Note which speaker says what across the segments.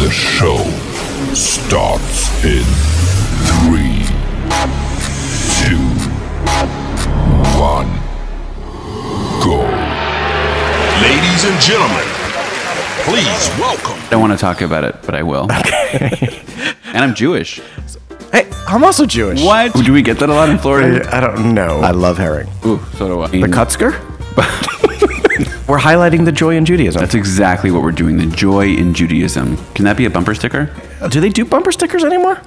Speaker 1: The show starts in three, two, one, go. Ladies and gentlemen, please welcome.
Speaker 2: I don't want to talk about it, but I will. and I'm Jewish.
Speaker 3: Hey, I'm also Jewish.
Speaker 2: What? Do we get that a lot in Florida?
Speaker 3: I don't know. Mm. I love herring.
Speaker 2: Ooh, so do I.
Speaker 3: The Kutzker? We're highlighting the joy in Judaism.
Speaker 2: That's exactly what we're doing. The joy in Judaism. Can that be a bumper sticker?
Speaker 3: Do they do bumper stickers anymore?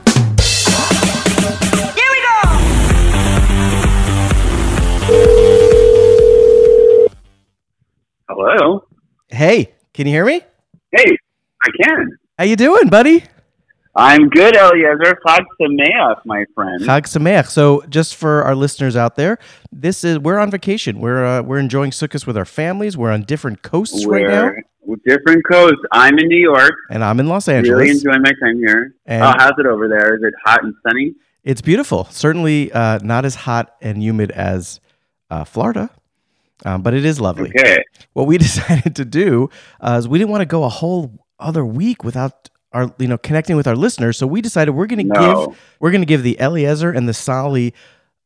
Speaker 4: Hello.
Speaker 3: Hey, can you hear me?
Speaker 4: Hey, I can.
Speaker 3: How you doing, buddy?
Speaker 4: I'm good, Eliezer. Chag Sameach, my friend.
Speaker 3: Chag Sameach. So, just for our listeners out there, this is we're on vacation. We're uh, we're enjoying Sukkot with our families. We're on different coasts right now,
Speaker 4: We're different coast. I'm in New York.
Speaker 3: and I'm in Los
Speaker 4: Really
Speaker 3: Angeles.
Speaker 4: enjoying my time here.
Speaker 3: And-
Speaker 4: oh, how's it over there? Is it hot and sunny?
Speaker 3: It's beautiful. Certainly uh, not as hot and humid as uh, Florida, um, but it is lovely.
Speaker 4: Okay.
Speaker 3: what we decided to do uh, is we didn't want to go a whole other week without our you know connecting with our listeners so we decided we're going to
Speaker 4: No.
Speaker 3: give we're going to give the eliezer and the sali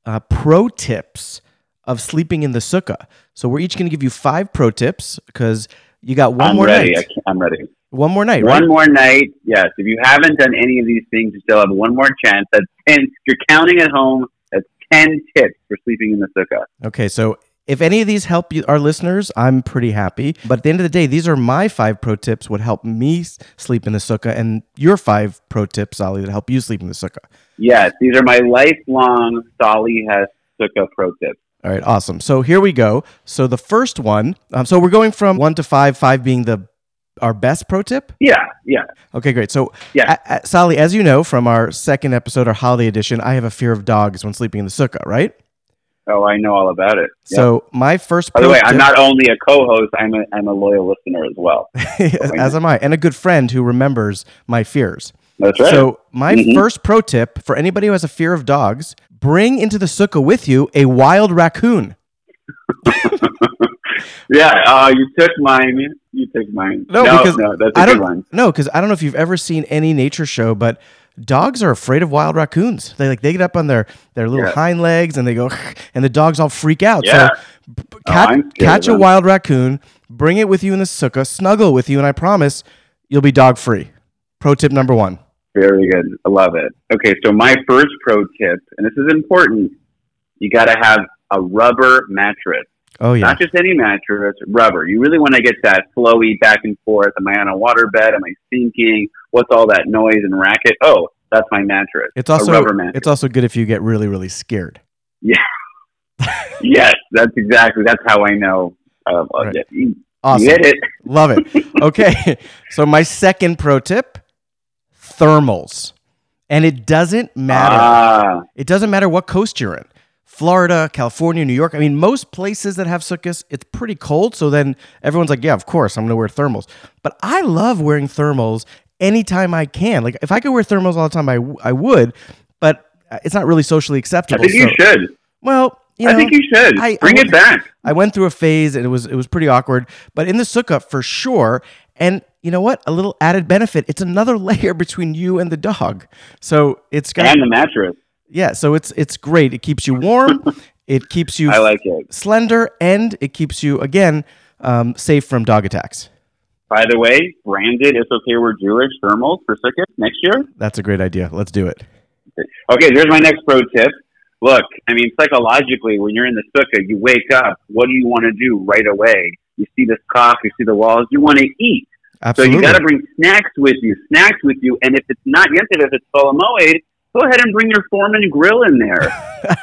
Speaker 3: uh, pro tips of sleeping in the sukkah so we're each going to give you five pro tips because you got one
Speaker 4: I'm
Speaker 3: more
Speaker 4: ready. I
Speaker 3: night
Speaker 4: can- I'm ready.
Speaker 3: one more night
Speaker 4: One
Speaker 3: right?
Speaker 4: more night. Yes. If you haven't done any of these things, you still have one more chance. That's ten. If you're counting at home, that's ten tips for sleeping in the sukkah.
Speaker 3: okay so if any of these help you, our listeners, I'm pretty happy. But at the end of the day, these are my five pro tips would help me s- sleep in the sukkah, and your five pro tips, Sally, that help you sleep in the sukkah.
Speaker 4: Yes. These are my lifelong Sally has sukkah pro tips.
Speaker 3: All right, awesome. So here we go. So the first one, um, so we're going from one to five, five being the our best pro tip.
Speaker 4: Yeah. Yeah.
Speaker 3: Okay, great. So,
Speaker 4: Yeah.
Speaker 3: a- a- Sally, as you know from our second episode, our holiday edition, I have a fear of dogs when sleeping in the sukkah, right?
Speaker 4: Oh, I know all about it. Yeah.
Speaker 3: So my first.
Speaker 4: By the
Speaker 3: pro
Speaker 4: way, I'm
Speaker 3: tip-
Speaker 4: not only a co-host; I'm a I'm a loyal listener as well.
Speaker 3: as am I, and a good friend who remembers my fears.
Speaker 4: That's right.
Speaker 3: So my
Speaker 4: Mhm.
Speaker 3: first pro tip for anybody who has a fear of dogs: bring into the sukkah with you a wild raccoon.
Speaker 4: yeah, uh, you took mine. You took mine.
Speaker 3: No,
Speaker 4: no,
Speaker 3: because
Speaker 4: no, that's a
Speaker 3: I
Speaker 4: good
Speaker 3: don't-
Speaker 4: one.
Speaker 3: No, because I don't know if you've ever seen any nature show, but dogs are afraid of wild raccoons. They like they get up on their their little
Speaker 4: Yeah.
Speaker 3: hind legs and they go, and the dogs all freak out.
Speaker 4: Yeah. Oh,
Speaker 3: So b- b- cat,
Speaker 4: I'm scared
Speaker 3: catch
Speaker 4: of
Speaker 3: a
Speaker 4: them.
Speaker 3: wild raccoon, bring it with you in the sukkah, snuggle with you, and I promise you'll be dog free. Pro tip number one.
Speaker 4: Very good. I love it. Okay, so my first pro tip, and this is important: you got to have a rubber mattress,
Speaker 3: Oh yeah,
Speaker 4: not just any mattress, rubber. You really want to get that flowy back and forth. Am I on a waterbed? Am I sinking? What's all that noise and racket? Oh, that's my mattress.
Speaker 3: it's also
Speaker 4: a rubber mattress.
Speaker 3: it's also good if you get really really scared.
Speaker 4: yes, that's exactly. That's how I know. Uh,
Speaker 3: Right.
Speaker 4: you,
Speaker 3: Awesome,
Speaker 4: you hit it.
Speaker 3: love it. Okay, so my second pro tip: thermals, and it doesn't matter.
Speaker 4: Ah,
Speaker 3: It doesn't matter what coast you're in. Florida, California, New York. I mean, most places that have sukkahs, it's pretty cold. So then everyone's like, yeah, of course, I'm going to wear thermals. But I love wearing thermals anytime I can. Like, if I could wear thermals all the time, I, w- I would, but uh, it's not really socially
Speaker 4: I
Speaker 3: acceptable.
Speaker 4: think you
Speaker 3: so-
Speaker 4: should.
Speaker 3: Well, you know,
Speaker 4: I think you should
Speaker 3: I- I
Speaker 4: bring
Speaker 3: would-
Speaker 4: it back.
Speaker 3: I went through a phase and it was it was pretty awkward, but in the sukkah for sure. And you know what? A little added benefit. It's another layer between you and the dog. So it's got
Speaker 4: And the mattress,
Speaker 3: yeah, so it's it's great. It keeps you warm, it keeps you
Speaker 4: I like it.
Speaker 3: slender, and it keeps you again um, safe from dog attacks.
Speaker 4: By the way, branded. It's okay. We're Jewish thermals for Sukkot next year.
Speaker 3: That's a great idea. Let's do it.
Speaker 4: Okay, there's my next pro tip. Look, I mean, psychologically, when you're in the Sukkot, you wake up. What do you want to do right away? You see the cough. You see the walls. You want to eat. So
Speaker 3: Absolutely.
Speaker 4: you got to bring snacks with you, snacks with you, and if it's not yesterday, if it's Solomoid, go ahead and bring your Foreman grill in there,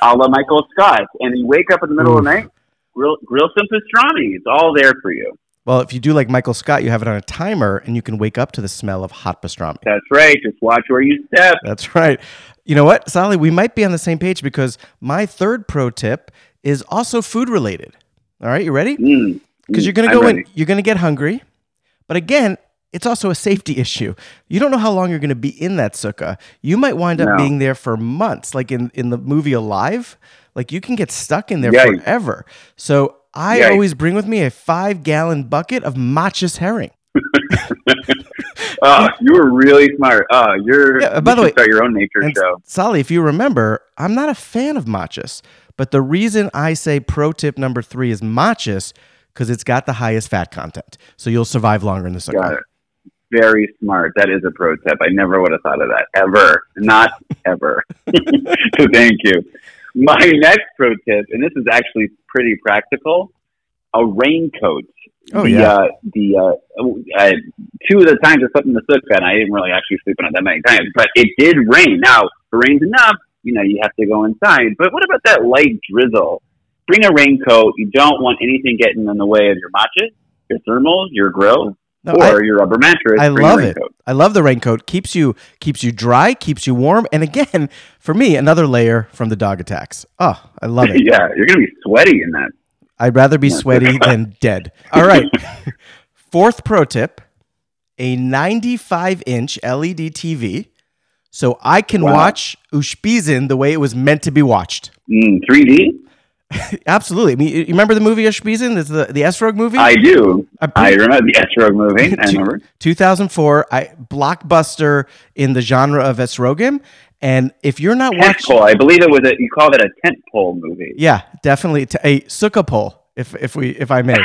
Speaker 4: a la Michael Scott. And you wake up in the middle of the night, grill, grill some pastrami. It's all there for you.
Speaker 3: well, if you do like Michael Scott, you have it on a timer and you can wake up to the smell of hot pastrami.
Speaker 4: That's right. Just watch where you step.
Speaker 3: That's right. You know what, Sally? We might be on the same page because my third pro tip is also food related. All right, you ready?
Speaker 4: Mm.
Speaker 3: because you're going
Speaker 4: Mm,
Speaker 3: to
Speaker 4: I'm
Speaker 3: go
Speaker 4: ready.
Speaker 3: in you're going to get hungry but again it's also a safety issue you don't know how long you're going to be in that sukkah you might wind up
Speaker 4: No.
Speaker 3: being there for months like in, in the movie alive like you can get stuck in there
Speaker 4: Yikes.
Speaker 3: forever so i
Speaker 4: Yikes.
Speaker 3: always bring with me a five gallon bucket of matcha's herring
Speaker 4: oh, you were really smart. Oh, you're.
Speaker 3: Yeah, by
Speaker 4: you
Speaker 3: the
Speaker 4: should
Speaker 3: way-
Speaker 4: start your own nature
Speaker 3: And
Speaker 4: show.
Speaker 3: Sally, if you remember, I'm not a fan of matchas, but the reason I say pro tip number three is matchas because it's got the highest fat content, so you'll survive longer in the
Speaker 4: Got
Speaker 3: sucker.
Speaker 4: it. Very smart. That is a pro tip. I never would have thought of that ever. Not ever. so thank you. My next pro tip, and this is actually pretty practical, a raincoat.
Speaker 3: Oh,
Speaker 4: the,
Speaker 3: yeah.
Speaker 4: Uh, the uh, uh, two of the times I slept in the soot bed, I didn't really actually sleep in it that many times, but it did rain. Now, if it rains enough, you know, you have to go inside. But what about that light drizzle? Bring a raincoat. You don't want anything getting in the way of your matches, your thermals, your grill,
Speaker 3: No, I-
Speaker 4: or your rubber mattress.
Speaker 3: I
Speaker 4: for your
Speaker 3: love it.
Speaker 4: raincoat.
Speaker 3: I love the raincoat. Keeps you keeps you dry, keeps you warm, and again, for me, another layer from the dog attacks. Oh, I love it.
Speaker 4: yeah, you're gonna be sweaty in that.
Speaker 3: I'd rather be sweaty than dead. All right. Fourth pro tip a 95 inch E LED TV so I can
Speaker 4: Wow.
Speaker 3: watch Ushpizen the way it was meant to be watched.
Speaker 4: Mm, 3D.
Speaker 3: Absolutely. I mean, you you remember the movie Ushpizen? It's the, the S-Rogue movie?
Speaker 4: I do.
Speaker 3: I pre-
Speaker 4: I remember the S-Rogue movie. I remember.
Speaker 3: 2004, I blockbuster in the genre of S-Rogim. And if you're not
Speaker 4: Tent
Speaker 3: watching,
Speaker 4: pole. I believe it was a. You called it a tent pole movie.
Speaker 3: yeah, definitely t- a sukkah pole, if if we if I may.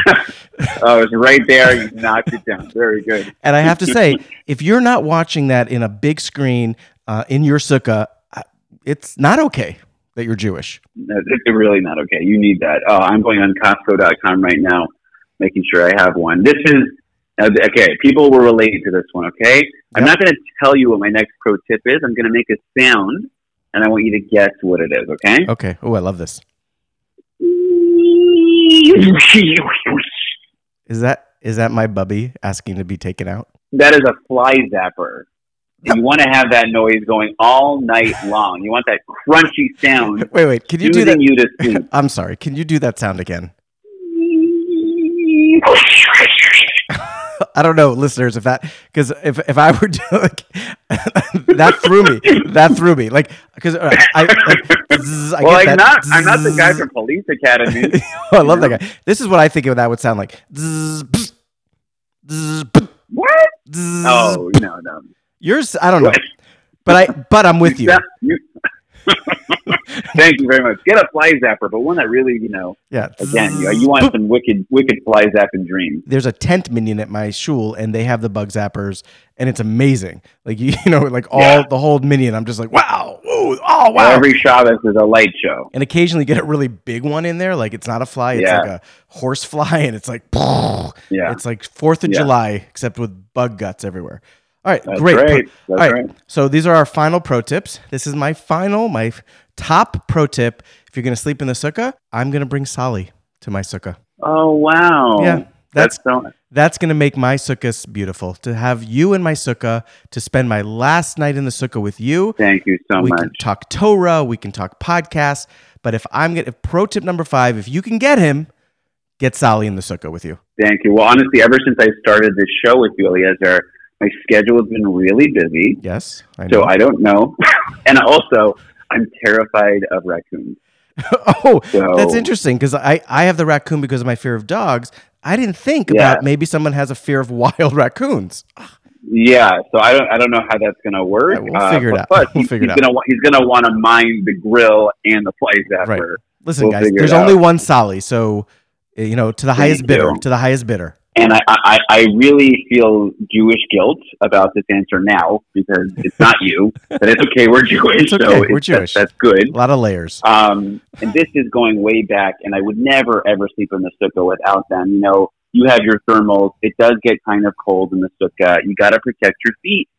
Speaker 4: Oh, it was right there. You knocked it down. Very good.
Speaker 3: And I have to say, if you're not watching that in a big screen uh, in your sukkah, I- it's not okay that you're Jewish.
Speaker 4: No, It's really not okay. You need that. Oh, I'm going on Costco.com right now, making sure I have one. This is uh, okay. People will relate to this one. Okay, I'm
Speaker 3: Yep.
Speaker 4: not going to tell you what my next pro tip is. I'm going to make a sound, and I want you to guess what it is. Okay.
Speaker 3: Okay. Oh, I love this. Is that is that my bubby asking to be taken out?
Speaker 4: That is a fly zapper. And you want to have that noise going all night long. You want that crunchy sound
Speaker 3: Wait, wait. Can you do
Speaker 4: soothing
Speaker 3: that?
Speaker 4: you to sleep.
Speaker 3: I'm sorry. Can you do that sound again? I don't know, listeners, if that because if if I were to like, that threw me. That threw me. Like because I like, zzz, I
Speaker 4: well,
Speaker 3: get that
Speaker 4: I'm not. I'm not the guy
Speaker 3: zzz.
Speaker 4: from Police Academy.
Speaker 3: oh, I love that guy. This is what I think of that would sound like. Zzz, pss, zzz, pss,
Speaker 4: what?
Speaker 3: zzz.
Speaker 4: Oh no, no.
Speaker 3: yours. I don't know, but I but I'm with you.
Speaker 4: That- you- Thank you very much. Get a fly zapper, but one that really, you know,
Speaker 3: Yeah.
Speaker 4: again, you,
Speaker 3: Zzz,
Speaker 4: you want
Speaker 3: pss.
Speaker 4: some wicked, wicked fly zapping dreams.
Speaker 3: There's a tent minion at my shul, and they have the bug zappers, and it's amazing. Like you, you know, like all
Speaker 4: Yeah.
Speaker 3: the whole minion. I'm just like, wow, ooh, oh wow.
Speaker 4: Every Shabbos is a light show.
Speaker 3: and occasionally get a really big one in there. Like it's not a fly, it's
Speaker 4: Yeah.
Speaker 3: like a horse fly, and it's like,
Speaker 4: Yeah,
Speaker 3: it's like Fourth of
Speaker 4: Yeah.
Speaker 3: July, except with bug guts everywhere. All right,
Speaker 4: that's
Speaker 3: great.
Speaker 4: right.
Speaker 3: Pro-
Speaker 4: That's
Speaker 3: All
Speaker 4: right.
Speaker 3: right. So these are our final pro tips. This is my final, my f- top pro tip. If you're going to sleep in the sukkah, I'm going to bring Sally to my sukkah.
Speaker 4: Oh wow.
Speaker 3: Yeah,
Speaker 4: That's,
Speaker 3: that's-
Speaker 4: so
Speaker 3: That's going to make my sukkahs beautiful. To have you in my sukkah, to spend my last night in the sukkah with you.
Speaker 4: Thank you so
Speaker 3: we
Speaker 4: much.
Speaker 3: can talk Torah, we can talk podcasts. But if I'm going to, pro tip number five, if you can get him, get Sally in the sukkah with you.
Speaker 4: Thank you. Well, honestly, ever since I started this show with you, Eliezer, my schedule has been really busy.
Speaker 3: Yes. I
Speaker 4: So
Speaker 3: know.
Speaker 4: I don't know. and also, I'm terrified of raccoons.
Speaker 3: oh,
Speaker 4: So
Speaker 3: That's interesting because I, I have the raccoon because of my fear of dogs. I didn't think
Speaker 4: Yeah.
Speaker 3: about maybe someone has a fear of wild raccoons.
Speaker 4: Yeah. So I don't. I don't know how that's going to work. uh,
Speaker 3: Yeah, we'll figure it out.
Speaker 4: but- But
Speaker 3: We'll
Speaker 4: he's,
Speaker 3: figure it
Speaker 4: he's
Speaker 3: out.
Speaker 4: gonna wa- he's gonna want to mind the grill and the fly zapper.
Speaker 3: Right. Listen,
Speaker 4: We'll
Speaker 3: guys,
Speaker 4: figure it
Speaker 3: there's only
Speaker 4: out.
Speaker 3: one Sally, so uh, you know to the highest
Speaker 4: you.
Speaker 3: bidder, to the highest bidder.
Speaker 4: And I, I, I really feel Jewish guilt about this answer now because it's not you. but it's okay. We're Jewish.
Speaker 3: It's okay,
Speaker 4: So
Speaker 3: we're
Speaker 4: it's-
Speaker 3: Jewish.
Speaker 4: That's, that's good.
Speaker 3: A lot of layers.
Speaker 4: Um, and this is going way back, and I would never ever sleep in the sukkah without them. You know, you have your thermals. It does get kind of cold in the sukkah. You got to protect your feet.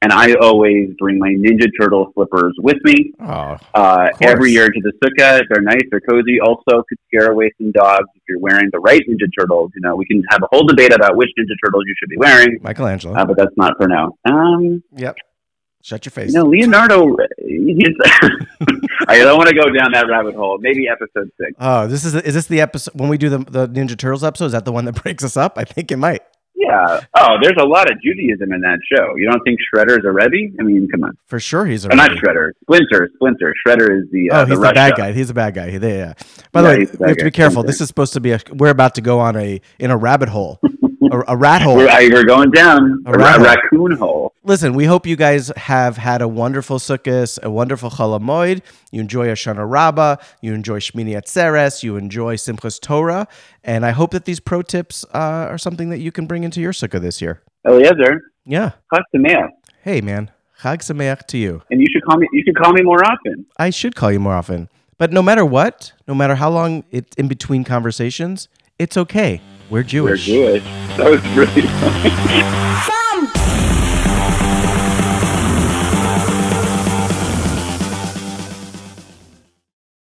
Speaker 4: And I always bring my Ninja Turtle slippers with me
Speaker 3: Oh,
Speaker 4: uh,
Speaker 3: Of course.
Speaker 4: every year to the sukkah. They're nice, they're cozy. Also, could scare away some dogs if you're wearing the right Ninja Turtles. You know, we can have a whole debate about which Ninja Turtles you should be wearing,
Speaker 3: Michelangelo.
Speaker 4: uh, but that's not for now. Um,
Speaker 3: yep. Shut your face.
Speaker 4: you know, Leonardo. He's, I don't want to go down that rabbit hole. Maybe episode six.
Speaker 3: Oh, this is is this the episode when we do the the Ninja Turtles episode? Is that the one that breaks us up? I think it might.
Speaker 4: Yeah. Oh, there's a lot of Judaism in that show. You don't think Shredder's a Rebbe? I mean, come on.
Speaker 3: For sure, he's a
Speaker 4: Or not
Speaker 3: Rebbe.
Speaker 4: Shredder. Splinter. Splinter. Shredder is the. Uh,
Speaker 3: oh, he's the,
Speaker 4: Russia.
Speaker 3: bad guy. He's a bad guy. He- they- yeah. By the
Speaker 4: Yeah,
Speaker 3: way,
Speaker 4: he's the
Speaker 3: we
Speaker 4: bad
Speaker 3: have to
Speaker 4: guy.
Speaker 3: be careful.
Speaker 4: Okay.
Speaker 3: This is supposed to be a. We're about to go on a in a rabbit hole a, a rat hole.
Speaker 4: We're, I- we're going down
Speaker 3: A
Speaker 4: a
Speaker 3: rat
Speaker 4: ra-
Speaker 3: hole.
Speaker 4: raccoon hole.
Speaker 3: Listen, we hope you guys have had a wonderful Sukkot, a wonderful Cholamoid. You enjoy Ashana Rabbah, you enjoy Shmini Atzeres, you enjoy Simchas Torah, and I hope that these pro tips uh, are something that you can bring into your Sukkah this year.
Speaker 4: Eliezer,
Speaker 3: Yeah.
Speaker 4: cut the mail.
Speaker 3: Hey, man. Chag Sameach to you.
Speaker 4: And you should call me you should call me more often.
Speaker 3: I should call you more often. But no matter what, no matter how long it's in between conversations, it's okay. We're
Speaker 4: We're
Speaker 3: Jewish.
Speaker 4: Jewish. That was really funny.
Speaker 5: Bye.